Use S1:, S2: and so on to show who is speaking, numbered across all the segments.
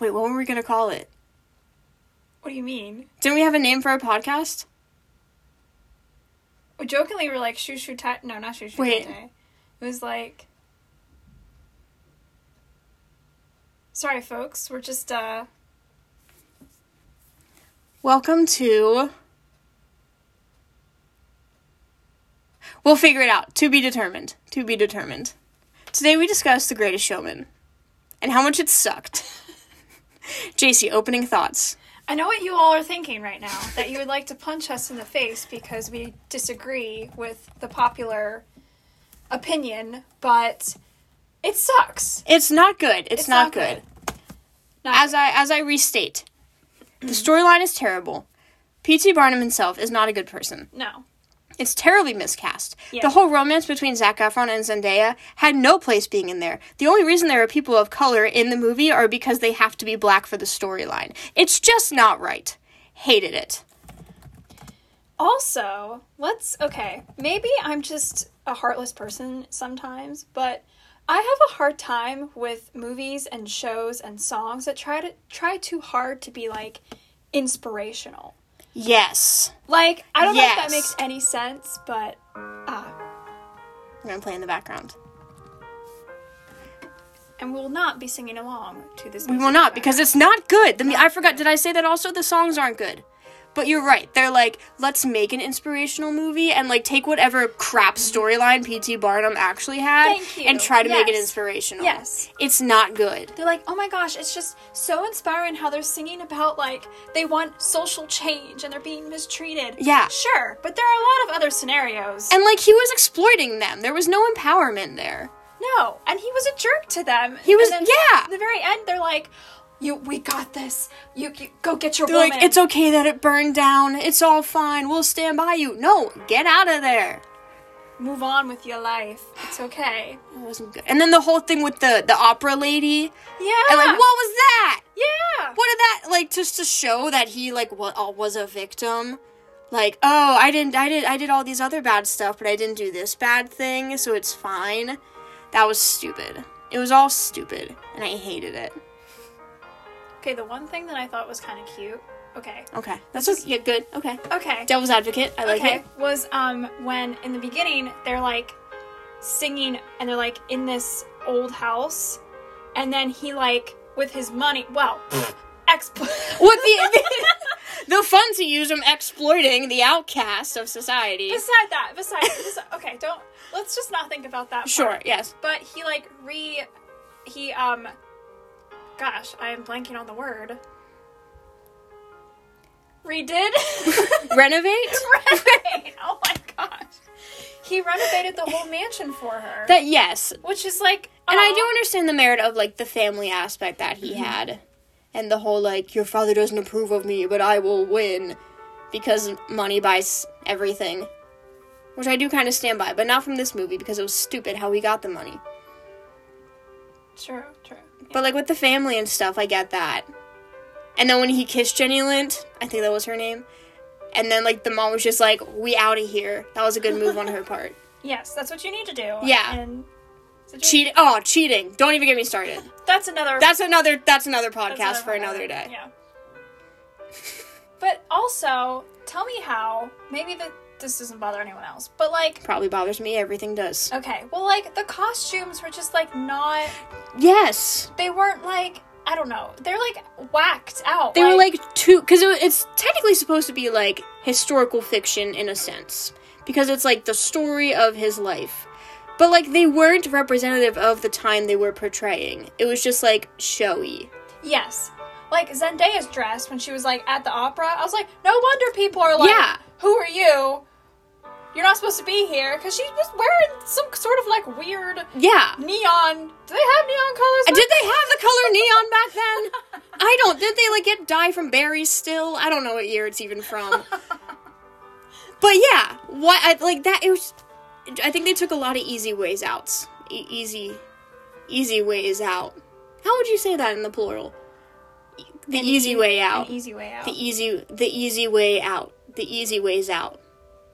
S1: Wait, what were we gonna call it?
S2: What do you mean?
S1: Didn't we have a name for our podcast?
S2: Well, jokingly, we were like shoo shoo tie. No, not shoo shoo tie
S1: Wait.
S2: tie. It was like. Sorry, folks. We're just uh
S1: Welcome to. We'll figure it out. To be determined. To be determined. Today we discussed The Greatest Showman and how much it sucked. JC, opening thoughts.
S2: I know what you all are thinking right now that you would like to punch us in the face because we disagree with the popular opinion, but it sucks.
S1: It's not good. It's, not, good.
S2: Not
S1: As I as I restate, the storyline is terrible. P.T. Barnum himself is not a good person.
S2: no.
S1: It's terribly miscast.
S2: Yeah.
S1: The whole romance between Zac Efron and Zendaya had no place being in there. The only reason there are people of color in the movie are because they have to be black for the storyline. It's just not right. Hated it.
S2: Also, let's okay, maybe I'm just a heartless person sometimes, but I have a hard time with movies and shows and songs that try to try too hard to be like inspirational.
S1: Yes.
S2: Like, I don't know if
S1: Yes.
S2: that makes any sense, but ah,
S1: We're gonna play in the background.
S2: and will not be singing along to this.
S1: We will not because it's not good. The, mu- I forgot. Did I say that also? The songs aren't good. But you're right. They're like, let's make an inspirational movie and like take whatever crap storyline P.T. Barnum actually had
S2: Thank you.
S1: and try to make it
S2: Yes.
S1: inspirational.
S2: Yes.
S1: It's not good.
S2: They're like, oh my gosh, it's just so inspiring how they're singing about like they want social change and they're being mistreated.
S1: Yeah.
S2: Sure, but there are a lot of other scenarios.
S1: And like he was exploiting them. There was no empowerment there.
S2: no, and he was a jerk to them.
S1: He was-
S2: and
S1: yeah.
S2: At the very end, they're like, you, we got this. You, you go get your
S1: They're
S2: woman.
S1: like, it's okay that it burned down. It's all fine. We'll stand by you. No, get out of there.
S2: Move on with your life. It's okay.
S1: It wasn't good. And then the whole thing with the the opera lady.
S2: Yeah.
S1: And like, what was that?
S2: Yeah.
S1: What did that like? Just to show that he like wa- uh, was a victim. Like, oh, I didn't, I did, I did all these other bad stuff, but I didn't do this bad thing, so it's fine. That was stupid. It was all stupid, and I hated it.
S2: Okay, the one thing that I thought was kind of cute. Okay.
S1: Okay, that's okay. Yeah, good. Okay,
S2: Okay.
S1: devil's advocate. I like
S2: okay
S1: it.
S2: was um when in the beginning they're like singing and they're like in this old house and then he like with his money well ex
S1: With the, the the funds he used from exploiting the outcast of society.
S2: beside that beside, beside okay don't let's just not think about that part.
S1: Sure. Yes.
S2: but he like re he um gosh i am blanking on the word redid
S1: Renovate.
S2: renovate oh my gosh he renovated the whole mansion for her
S1: That yes,
S2: which is like
S1: and I
S2: aw.
S1: do understand the merit of like the family aspect that he had, and the whole like your father doesn't approve of me, but I will win, because money buys everything, which I do kind of stand by, but not from this movie because it was stupid how he got the money.
S2: True, true.
S1: But like with the family and stuff, I get that. And then when he kissed Jenny Lind, I think that was her name. And then like the mom was just like, "We out of here." That was a good move on her part.
S2: Yes, that's what you need to do.
S1: Yeah.
S2: And so just-
S1: Cheat? Oh, cheating! Don't even get me started.
S2: that's another
S1: That's another. That's another podcast
S2: that's
S1: for another day.
S2: Yeah. but also, tell me how maybe that this doesn't bother anyone else, but like
S1: Probably bothers me. Everything does.
S2: okay, well like the costumes were just like not
S1: Yes,
S2: they weren't like I don't know. They're like whacked out.
S1: they were like two because it, wa- it's technically supposed to be like historical fiction in a sense because it's like the story of his life. But like they weren't representative of the time they were portraying. It was just like showy.
S2: Yes. Like Zendaya's dress when she was like at the opera, I was like, no wonder people are like,
S1: Yeah.
S2: who are you? You're not supposed to be here because she was wearing some sort of like weird
S1: Yeah.
S2: neon. Do they have neon colors?
S1: Did they have the color neon back then? I don't. Did they like get dye from berries still? I don't know what year it's even from. but yeah, what I, like that? It was. I think they took a lot of easy ways outs. E- easy, easy ways out. How would you say that in the plural? E- The easy way out.
S2: An easy way out.
S1: The easy. The easy way out. The easy ways out.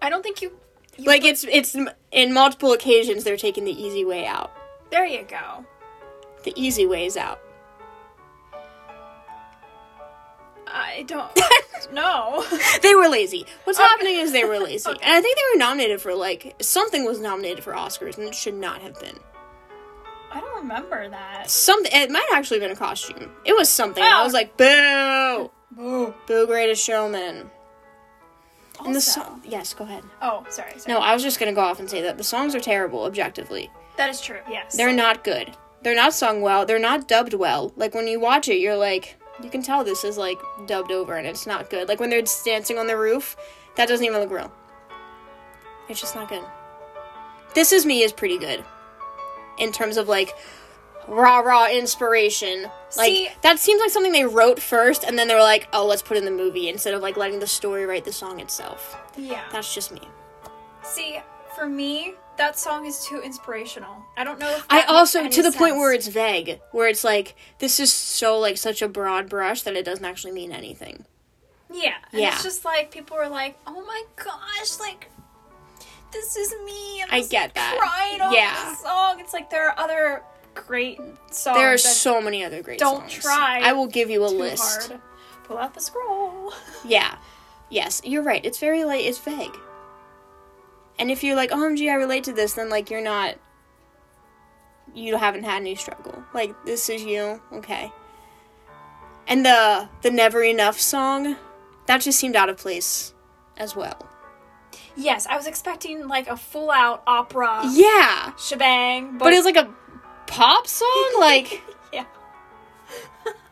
S2: I don't think you. you
S1: Like it's it's m- in multiple occasions they're taking the easy way out.
S2: there you go.
S1: The easy ways out.
S2: I don't know.
S1: They were lazy. What's happening is they were lazy. And I think they were nominated for like something was nominated for Oscars and it should not have been.
S2: I don't remember that.
S1: Something it might have actually been a costume. It was something. and I
S2: Oh.
S1: was like, boo!
S2: Boo.
S1: Boo greatest showman. And the
S2: Also-
S1: song Yes, go ahead.
S2: Oh, sorry. sorry.
S1: No, I was just gonna go off and say that the songs are terrible, objectively.
S2: That is true. Yes.
S1: They're not good. They're not sung well. They're not dubbed well. Like when you watch it, you're like, you can tell this is like dubbed over and it's not good. Like when they're dancing on the roof, that doesn't even look real. It's just not good. This Is Me is pretty good in terms of like rah rah inspiration. Like
S2: See-
S1: that seems like something they wrote first and then they were like, oh, let's put it in the movie instead of like letting the story write the song itself.
S2: yeah.
S1: That's just me.
S2: See, for me, that song is too inspirational. I don't know if
S1: I
S2: that
S1: also
S2: makes
S1: to the
S2: any
S1: point where
S2: sense.
S1: it's vague, where it's like this is so like such a broad brush that it doesn't actually mean anything.
S2: yeah, and
S1: Yeah.
S2: It's just like people are like, "Oh my gosh, like this is me." I'm
S1: I
S2: just
S1: get that.
S2: Crying over
S1: Yeah.
S2: this song. It's like there are other great songs.
S1: There are
S2: that
S1: so many other great
S2: Oh, Don't
S1: songs.
S2: try
S1: I will give you a
S2: too
S1: list.
S2: hard. Pull out the scroll.
S1: Yeah. Yes, you're right. It's very like it's vague. And if you're like, "OMG, I relate to this," then like you're not you haven't had any struggle. Like this is you. Okay. And the the never enough song, that just seemed out of place as well.
S2: yes, I was expecting like a full out opera
S1: Yeah.
S2: shebang, but,
S1: But it's like a pop song? Like,
S2: yeah.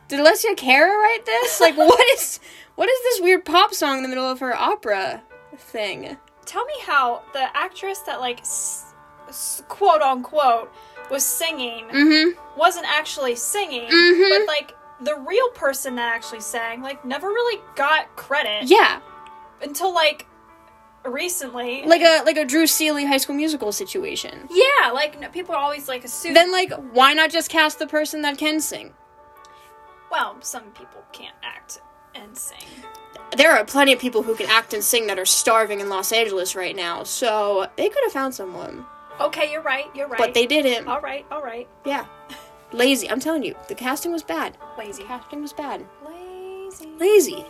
S1: did Alessia Cara write this? Like, what is what is this weird pop song in the middle of her opera thing?
S2: Tell me how the actress that like s- s- quote unquote was singing
S1: Mm-hmm.
S2: wasn't actually singing,
S1: Mhm.
S2: but like the real person that actually sang, like never really got credit
S1: Yeah,
S2: until like recently.
S1: like a like a Drew Seeley High School Musical situation.
S2: yeah, like no, people are always like assume.
S1: Then like, why not just cast the person that can sing?
S2: well, some people can't act and sing.
S1: There are plenty of people who can act and sing that are starving in Los Angeles right now, so they could have found someone,
S2: Okay, you're right. You're right.
S1: but they didn't.
S2: All right. All right.
S1: Yeah, lazy. I'm telling you, the casting was bad.
S2: Lazy.
S1: Casting was bad.
S2: Lazy.
S1: Lazy.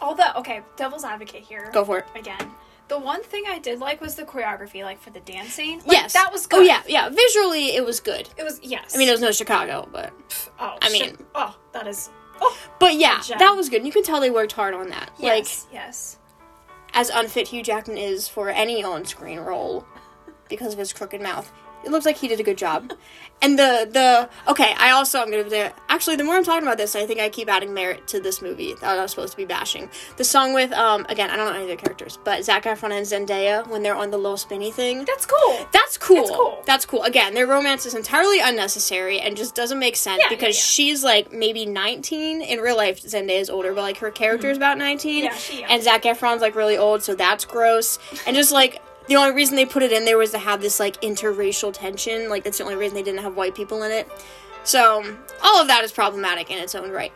S2: Although, okay, devil's advocate here.
S1: Go for it.
S2: again. The one thing I did like was the choreography, like for the dancing. Like,
S1: yes,
S2: that was good.
S1: Oh yeah, yeah. Visually, it was good.
S2: it was. Yes,
S1: I mean, it was no Chicago, but
S2: Oh,
S1: I
S2: shit.
S1: mean-
S2: oh, that is. Oh,
S1: but yeah,
S2: gem.
S1: that was good. You can tell they worked hard on that.
S2: yes, yes.
S1: Like as unfit Hugh Jackman is for any on-screen role because of his crooked mouth, it looks like he did a good job. and the the okay, I also I'm gonna do- actually the more I'm talking about this, I think I keep adding merit to this movie that I was supposed to be bashing. The song with um again I don't know any of the characters, but Zac Efron and Zendaya when they're on the little spinny thing.
S2: That's cool.
S1: That's cool.
S2: It's cool.
S1: That's cool. Again, their romance is entirely unnecessary and just doesn't make sense
S2: Yeah, yeah,
S1: because
S2: yeah.
S1: she's like maybe 19. In real life, Zendaya is older, but like her character is about 19.
S2: Mm-hmm. Yeah, she is.
S1: And Zach Efron's like really old, so that's gross. And just like the only reason they put it in there was to have this like interracial tension. Like that's the only reason they didn't have white people in it. So all of that is problematic in its own right.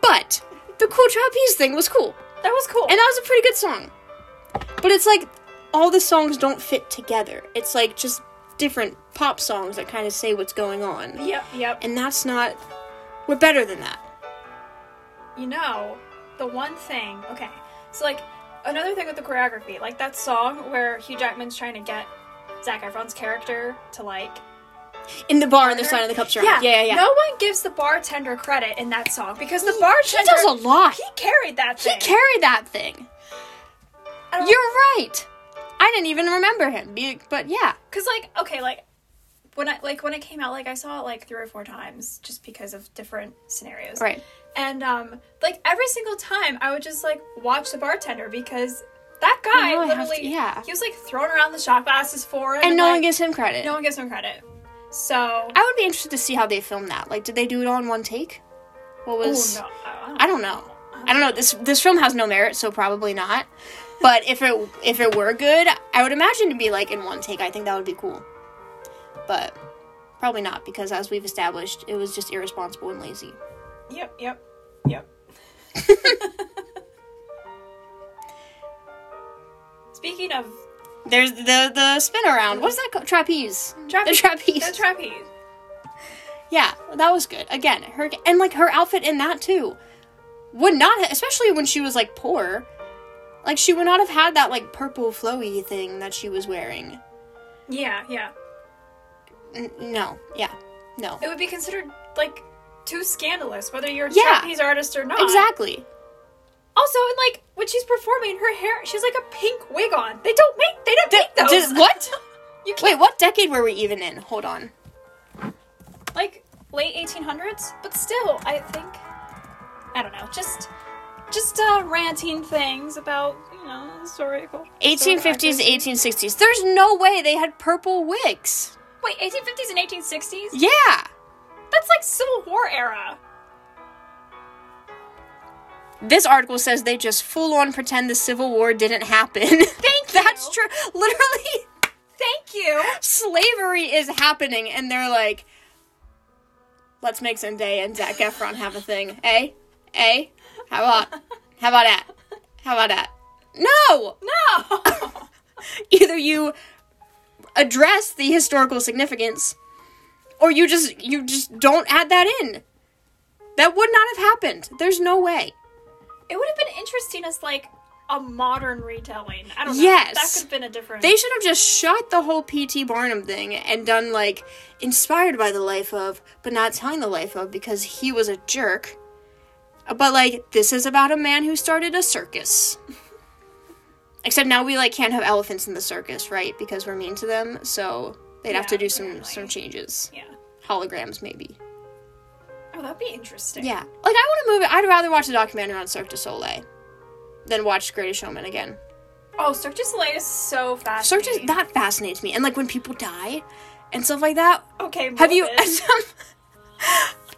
S1: But the cool trapeze thing was cool.
S2: That was cool.
S1: And that was a pretty good song. But it's like all the songs don't fit together. It's like just different pop songs that kind of say what's going on.
S2: yep, yep.
S1: And that's not. We're better than that.
S2: you know, the one thing. Okay, so like another thing with the choreography, like that song where Hugh Jackman's trying to get Zac Efron's character to like
S1: In the bar on the side of the cups are out. Yeah, yeah, yeah.
S2: No one gives the bartender credit in that song because the bartender
S1: he does a lot.
S2: He carried that
S1: He
S2: thing.
S1: carried that thing.
S2: I don't-
S1: You're right. I didn't even remember him. Be- But yeah.
S2: Cause like okay, like when I like when it came out, like I saw it like three or four times just because of different scenarios.
S1: Right.
S2: And um, like every single time, I would just like watch the bartender because that guy
S1: No, I have
S2: literally,
S1: to- yeah.
S2: he was like throwing around the shot glasses for him,
S1: And no
S2: like,
S1: one gives him credit.
S2: no one gives him credit. So
S1: I would be interested to see how they filmed that. Like, did they do it all in one take? What was.
S2: Ooh, no, I don't-
S1: I don't know. I don't know. This this film has no merit, so probably not. But if it if it were good, I would imagine to be like in one take. I think that would be cool. But probably not because as we've established, it was just irresponsible and lazy.
S2: Yep, yep, yep. Speaking of
S1: There's the the spin around. What's that called? Trapeze.
S2: trapeze,
S1: The trapeze.
S2: the trapeze.
S1: Yeah, that was good. Again, her and like her outfit in that too would not, ha- especially when she was like poor, like she would not have had that like purple flowy thing that she was wearing.
S2: Yeah, yeah.
S1: N- no, yeah, no,
S2: It would be considered like too scandalous, whether you're a
S1: Yeah.
S2: trapeze artist or not.
S1: exactly.
S2: Also, and like when she's performing, her hair she's like a pink wig on. They don't make they don't make those.
S1: Did- what?
S2: You can't
S1: Wait, what decade were we even in? Hold on.
S2: like late 1800s, but still, I think I don't know. Just just uh, ranting things about you know historical.
S1: 1850s, 1860s. There's no way they had purple wigs.
S2: Wait, 1850s and 1860s?
S1: Yeah.
S2: That's like Civil War era.
S1: This article says they just full on pretend the Civil War didn't happen.
S2: Thank you.
S1: That's true. Literally,
S2: Thank you.
S1: slavery is happening, and they're like, let's make Zendaya and Zac Efron have a thing. Eh? Eh? How about, how about that? How about that? No!
S2: No.
S1: Either you address the historical significance, or you just, you just don't add that in. That would not have happened. There's no way.
S2: It would have been interesting as like a modern retelling. I don't know.
S1: Yes.
S2: That could have been a different.
S1: They should have just shot the whole P.T. Barnum thing and done like inspired by the life of, but not telling the life of because he was a jerk. Uh, But like, this is about a man who started a circus. Except now we like can't have elephants in the circus, right? Because we're mean to them, so they'd have to
S2: Yeah,
S1: do some
S2: apparently.
S1: some changes,
S2: yeah.
S1: holograms maybe.
S2: Oh, that'd be interesting.
S1: Yeah, like I want to move it. I'd rather watch a documentary on Cirque du Soleil than watch Greatest Showman again.
S2: Oh, Cirque du Soleil is so fast.
S1: Cirque du- that fascinates me, and like when people die and stuff like that.
S2: Okay.
S1: Have you?
S2: Muppet.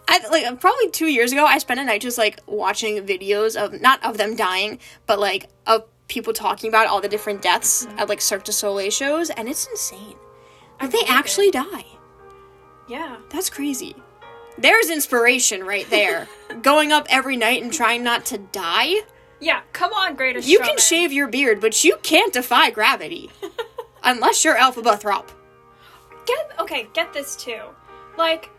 S1: I, like probably two years ago, I spent a night just like watching videos of not of them dying, but like of people talking about all the different deaths at like Cirque du Soleil shows, and it's insane. Like they
S2: believe
S1: actually die.
S2: Yeah.
S1: That's crazy. There's inspiration right there. Going up every night and trying not to die.
S2: Yeah. Come on, greatest.
S1: You can
S2: showman.
S1: shave your beard, but you can't defy gravity, unless you're Alpha Buthrop.
S2: get okay get this too like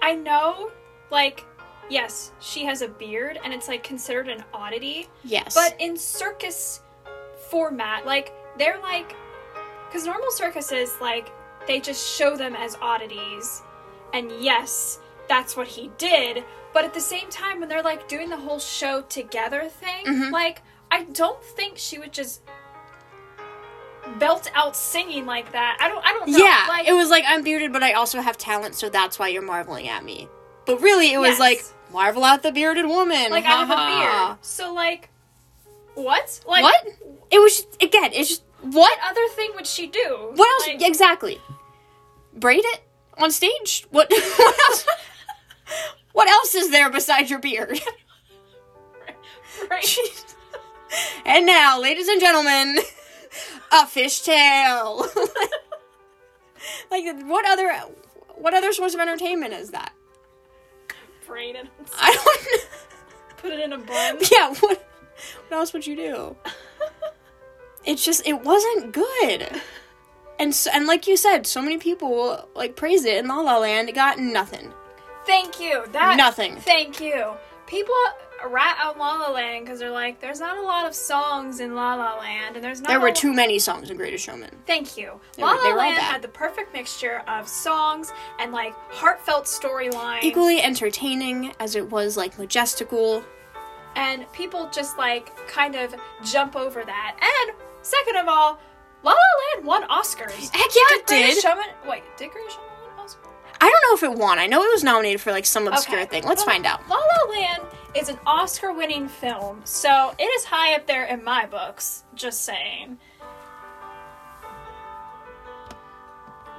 S2: i know like yes she has a beard and it's like considered an oddity
S1: Yes,
S2: but in circus format like they're like because normal circuses like they just show them as oddities and yes that's what he did but at the same time when they're like doing the whole show together thing
S1: Mm-hmm.
S2: like i don't think she would just belt out singing like that i don't i don't know
S1: Yeah,
S2: like,
S1: it was like I'm bearded, but I also have talent, so that's why you're marveling at me. But really, it was
S2: Yes.
S1: like marvel at the bearded woman.
S2: Like I
S1: ha
S2: have a
S1: ha.
S2: beard. So like what? Like
S1: uh-huh. What? It was just, again. It's just what?
S2: what other thing would she do?
S1: What else?
S2: Like,
S1: exactly. Braid it on stage. What? what else? What else is there besides your beard?
S2: right.
S1: And now, ladies and gentlemen, a fishtail. like what other what other source of entertainment is that?
S2: Brain it.
S1: I don't know.
S2: Put it in a bun.
S1: yeah, what what else would you do? It's just it wasn't good. And so, and like you said, so many people like praised it in La La Land got nothing.
S2: Thank you. That
S1: Nothing.
S2: Thank you. People rat out La La Land because they're like, there's not a lot of songs in La La Land, and there's not.
S1: There
S2: a
S1: were
S2: lo-
S1: too many songs in Greatest Showman.
S2: Thank you.
S1: They were-
S2: La
S1: they
S2: La
S1: were all
S2: Land
S1: bad.
S2: had the perfect mixture of songs and like heartfelt storylines.
S1: Equally entertaining as it was like majestical.
S2: and people just like kind of jump over that. And second of all, La La Land won Oscars.
S1: Heck yeah, it
S2: Greatest
S1: did.
S2: Showman? Wait, did Greatest Showman win Oscars?
S1: I don't know if it won. I know it was nominated for like some obscure thing. Let's
S2: La-
S1: find out.
S2: La La Land is an Oscar-winning film, so it is high up there in my books. Just saying.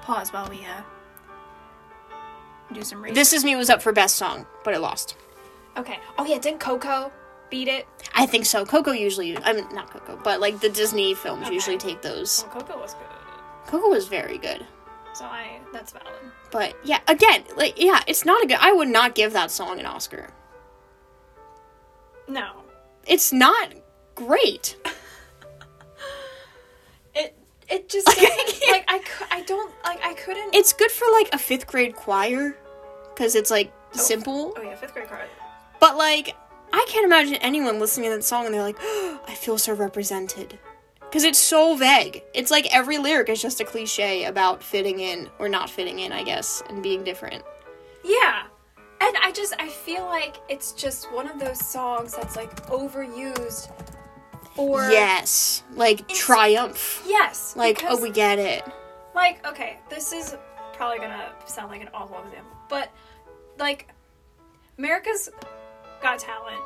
S2: Pause while we uh do some reading.
S1: This is me was up for best song, but it lost.
S2: okay. Oh yeah, didn't Coco beat it?
S1: I think so. Coco usually, I mean, not Coco, but like the Disney films usually take those.
S2: Well, Coco was good,
S1: Coco was very good.
S2: so I that's valid.
S1: But yeah, again, like yeah, it's not a good. I would not give that song an Oscar.
S2: No,
S1: It's not great.
S2: it it just doesn't- like I, cou- I don't like I couldn't
S1: It's good for like a fifth grade choir because it's like simple.
S2: Oh yeah, fifth grade card.
S1: But like, I can't imagine anyone listening to that song and they're like, I feel so represented. Because it's so vague. It's like every lyric is just a cliche about fitting in or not fitting in, I guess, and being different.
S2: Yeah. And I just I feel like it's just one of those songs that's like overused or
S1: yes. Like
S2: It's-
S1: triumph.
S2: Yes.
S1: Like,
S2: because-
S1: oh, we get it.
S2: like okay this is probably gonna sound like an awful example but like america's got talent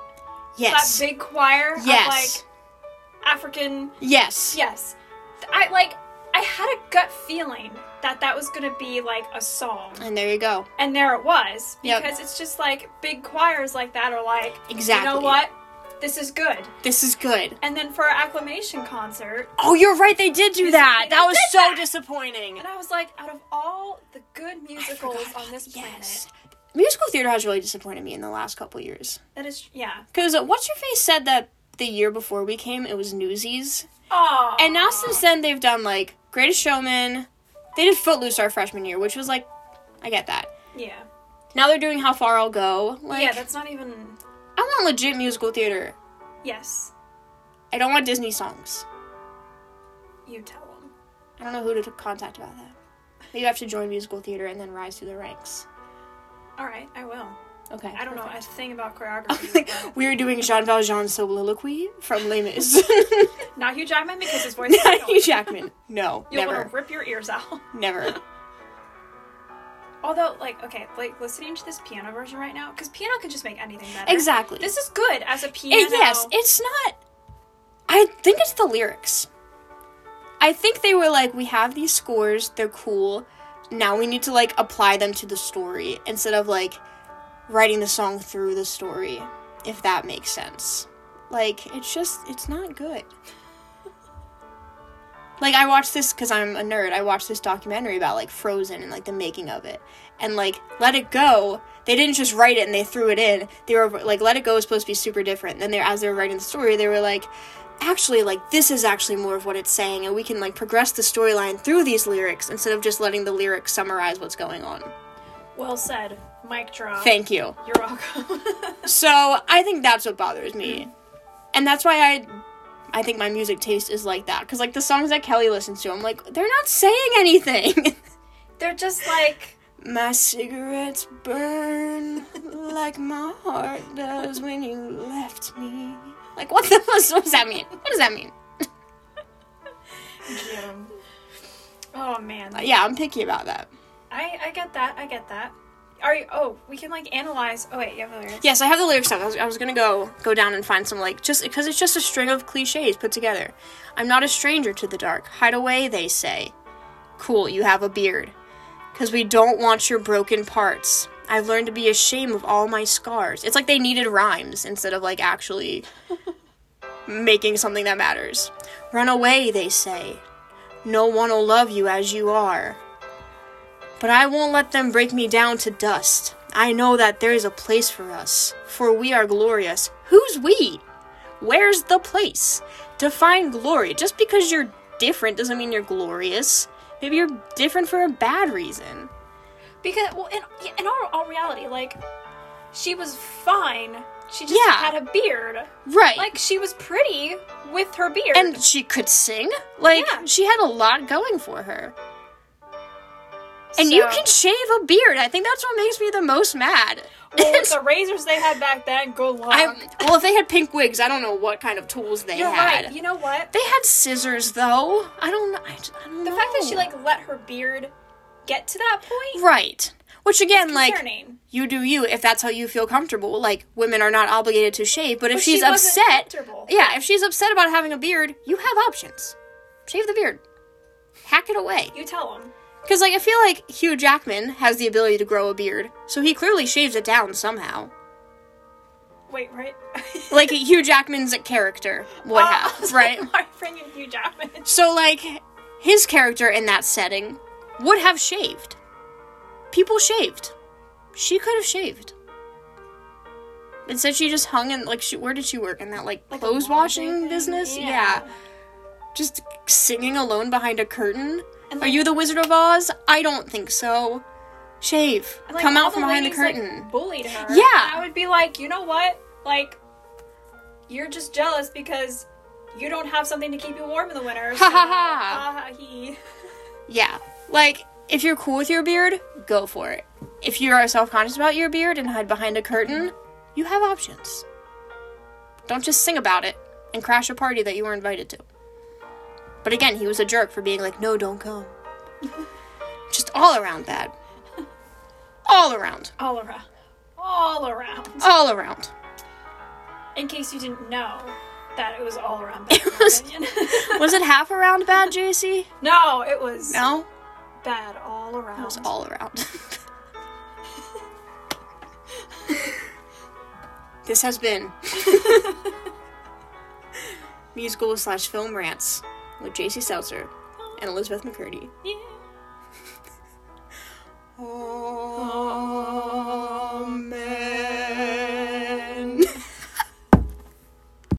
S1: Yes.
S2: that big choir
S1: yes.
S2: of like african
S1: yes.
S2: yes i like i had a gut feeling that that was gonna be like a song
S1: And there you go.
S2: and there it was
S1: Yep.
S2: because it's just like big choirs like that are like
S1: Exactly.
S2: you know what this is good
S1: This is good.
S2: and then for our acclamation concert
S1: Oh, you're right. They did do that.
S2: They
S1: That was
S2: did
S1: so
S2: that.
S1: disappointing.
S2: and i was like out of all the good musicals
S1: forgot
S2: on
S1: about-
S2: this planet
S1: yes. Musical theater has really disappointed me in the last couple years.
S2: that is yeah
S1: Because What's Your Face said that the year before we came, it was Newsies.
S2: Aww.
S1: And now since then, they've done like Greatest Showman. They did Footloose our freshman year, which was like, I get that.
S2: yeah,
S1: Now they're doing How Far I'll Go. Like,
S2: yeah, that's not even
S1: I want legit musical theater.
S2: yes.
S1: I don't want Disney songs.
S2: You tell them.
S1: I don't know who to contact about that. But you have to join musical theater and then rise through the ranks.
S2: All right, I will.
S1: Okay.
S2: I don't know a thing about choreography.
S1: Like,
S2: but-
S1: we were doing Jean Valjean's soliloquy from Les Mis.
S2: not Hugh Jackman because his voice. is
S1: Hugh
S2: annoying.
S1: Jackman. No,
S2: You'll
S1: never,
S2: want to rip your ears out.
S1: never.
S2: Although, like, okay, like listening to this piano version right now, because piano can just make anything better.
S1: Exactly.
S2: This is good as a piano.
S1: It- Eh, yes, it's not. I think it's the lyrics. I think they were like, we have these scores, they're cool. Now we need to like apply them to the story instead of like writing the song through the story, if that makes sense. Like, it's just, it's not good. Like, I watched this because I'm a nerd. I watched this documentary about like Frozen and like the making of it. And like, Let It Go, they didn't just write it and they threw it in. They were like, Let It Go is supposed to be super different. Then they, as they were writing the story, they were like, actually, like, this is actually more of what it's saying. And we can like progress the storyline through these lyrics instead of just letting the lyrics summarize what's going on.
S2: well said. Mic drop.
S1: Thank you.
S2: You're welcome.
S1: So I think that's what bothers me, and that's why I, I think my music taste is like that. Cause like the songs that Kelly listens to, I'm like, they're not saying anything.
S2: They're just like
S1: my cigarettes burn like my heart does when you left me. Like what the what does that mean? What does that mean?
S2: Jim. Oh man.
S1: Uh, Yeah, I'm picky about that.
S2: I I get that. I get that. Are you? Oh, we can like analyze. Oh wait, you have the lyrics.
S1: Yes, I have the lyrics down. I was, I was gonna go go down and find some like just because it's just a string of cliches put together. I'm not a stranger to the dark. Hide away, they say. Cool, you have a beard. Cause we don't want your broken parts. I've learned to be ashamed of all my scars. It's like they needed rhymes instead of like actually making something that matters. Run away, they say. No one'll love you as you are. But I won't let them break me down to dust. I know that there is a place for us, for we are glorious. Who's we? Where's the place? Define glory. Just because you're different doesn't mean you're glorious. Maybe you're different for a bad reason.
S2: Because well, in in all, all reality, like she was fine. She just
S1: Yeah.
S2: had a beard.
S1: Right.
S2: Like she was pretty with her beard.
S1: and she could sing. Like
S2: Yeah.
S1: she had a lot going for her. And you
S2: So-
S1: can shave a beard. I think that's what makes me the most mad.
S2: well, with the razors they had back then, good luck.
S1: I, well, if they had pink wigs, I don't know what kind of tools they
S2: You're
S1: had.
S2: right. You know what?
S1: They had scissors, though. I don't. I, just- I don't
S2: The
S1: know.
S2: fact that she like let her beard get to that point.
S1: right, which again, like
S2: concerning.
S1: you do you if that's how you feel comfortable. Like women are not obligated to shave, but if
S2: But she
S1: she's
S2: wasn't
S1: upset,
S2: comfortable.
S1: yeah, if she's upset about having a beard, you have options. Shave the beard, hack it away.
S2: You tell them.
S1: Because like I feel like Hugh Jackman has the ability to grow a beard, so he clearly shaves it down somehow.
S2: Wait, right?
S1: Like Hugh Jackman's character would
S2: Oh, I
S1: have,
S2: was
S1: right?
S2: like, Why are you bringing Hugh Jackman?
S1: So, like, his character in that setting would have shaved. People shaved. She could have shaved. Instead, she just hung in, like, she, where did she work? In that, like,
S2: Like a
S1: clothes
S2: laundry
S1: washing
S2: thing?
S1: business?
S2: Yeah.
S1: Yeah. Just singing alone behind a curtain?
S2: And,
S1: Are
S2: like-
S1: you the Wizard of Oz? I don't think so. shave,
S2: And, like,
S1: come
S2: all
S1: out from behind the
S2: ladies, like,
S1: curtain.
S2: bullied her.
S1: Yeah.
S2: And I would be like, you know what? Like, you're just jealous because you don't have something to keep you warm in the winter.
S1: Ha ha ha.
S2: ha he.
S1: Yeah. Like, if you're cool with your beard, go for it. If you are self conscious about your beard and hide behind a curtain, you have options. Don't just sing about it and crash a party that you were invited to. But again, he was a jerk for being like, no, don't come. just all around bad. All around.
S2: All around. All around.
S1: All around.
S2: In case you didn't know that it was all around bad. in my
S1: was-
S2: opinion.
S1: Was it half around bad, JC?
S2: no, it was
S1: No?
S2: bad all around.
S1: It was all around. this has been musical slash film rants with JC Seltzer and Elizabeth McCurdy.
S2: Yeah.